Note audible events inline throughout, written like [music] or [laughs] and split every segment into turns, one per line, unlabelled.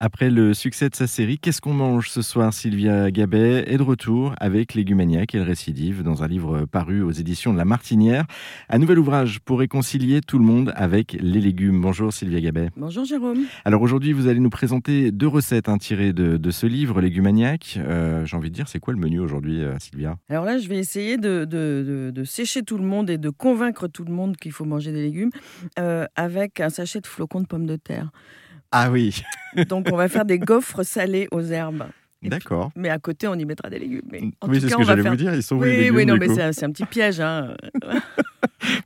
Après le succès de sa série Qu'est-ce qu'on mange ce soir Sylvia Gabet est de retour avec Légumaniac et le récidive dans un livre paru aux éditions de La Martinière. Un nouvel ouvrage pour réconcilier tout le monde avec les légumes. Bonjour Sylvia Gabet.
Bonjour Jérôme.
Alors aujourd'hui, vous allez nous présenter deux recettes hein, tirées de, de, ce livre Légumaniac. Euh, J'ai envie de dire, c'est quoi le menu aujourd'hui euh, Sylvia
Alors là, je vais essayer de, de, de, sécher tout le monde et de convaincre tout le monde qu'il faut manger des légumes euh, avec un sachet de flocons de pommes de
[laughs]
terre.
Ah oui.
Donc on va faire des gaufres salés aux herbes.
[laughs] D'accord.
Mais à côté, on y mettra des légumes. Mais en
oui, c'est ce que j'allais faire... vous dire. Ils sont
oui,
les légumes,
oui, non,
du
mais c'est un, petit piège. Hein.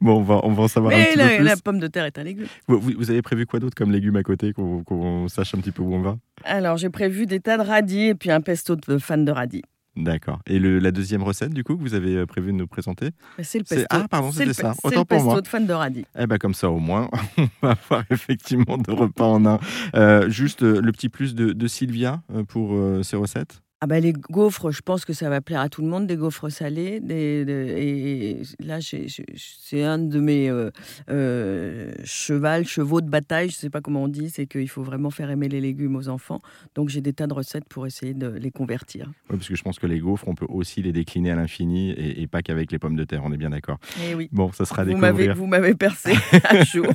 bon, on va, on va en savoir
mais
Bah, un petit
la,
peu plus.
La pomme de terre est un légume.
Vous, vous avez prévu quoi d'autre comme légumes à côté, qu'on qu sache un petit peu où on va
Alors, j'ai prévu des tas de radis et puis un pesto de fan de radis.
D'accord. Et le, la deuxième recette, du coup, que vous avez euh, prévu de nous présenter
C'est le pesto.
Ah, pardon, c'était ça.
Autant le pesto pour moi. de fan de radis.
Eh bien, comme ça, au moins, [laughs] on va avoir effectivement deux repas en un. Euh, juste euh, le petit plus de, de Sylvia euh, pour ces recettes
ah bah les gaufres, je pense que ça va plaire à tout le monde, des gaufres salées. Des, des, et là, c'est un de mes euh, euh, chevals, chevaux de bataille, je ne sais pas comment on dit, c'est qu'il faut vraiment faire aimer les légumes aux enfants. Donc j'ai des tas de recettes pour essayer de les convertir.
Oui, parce que je pense que les gaufres, on peut aussi les décliner à l'infini et, et, pas qu'avec les pommes de terre, on est bien d'accord.
oui.
Bon, ça sera à
vous
[laughs] découvrir.
Vous m'avez percé à jour.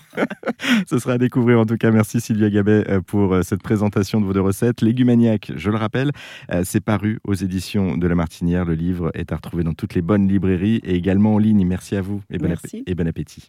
Ce sera à découvrir en tout cas. Merci Sylvia Gabet euh, pour cette présentation de vos deux recettes. Légumaniac, je le rappelle, euh, c'est paru aux éditions de La Martinière. Le livre est à retrouver dans toutes les bonnes librairies et également en ligne. Merci à vous et bon,
Merci.
et bon appétit.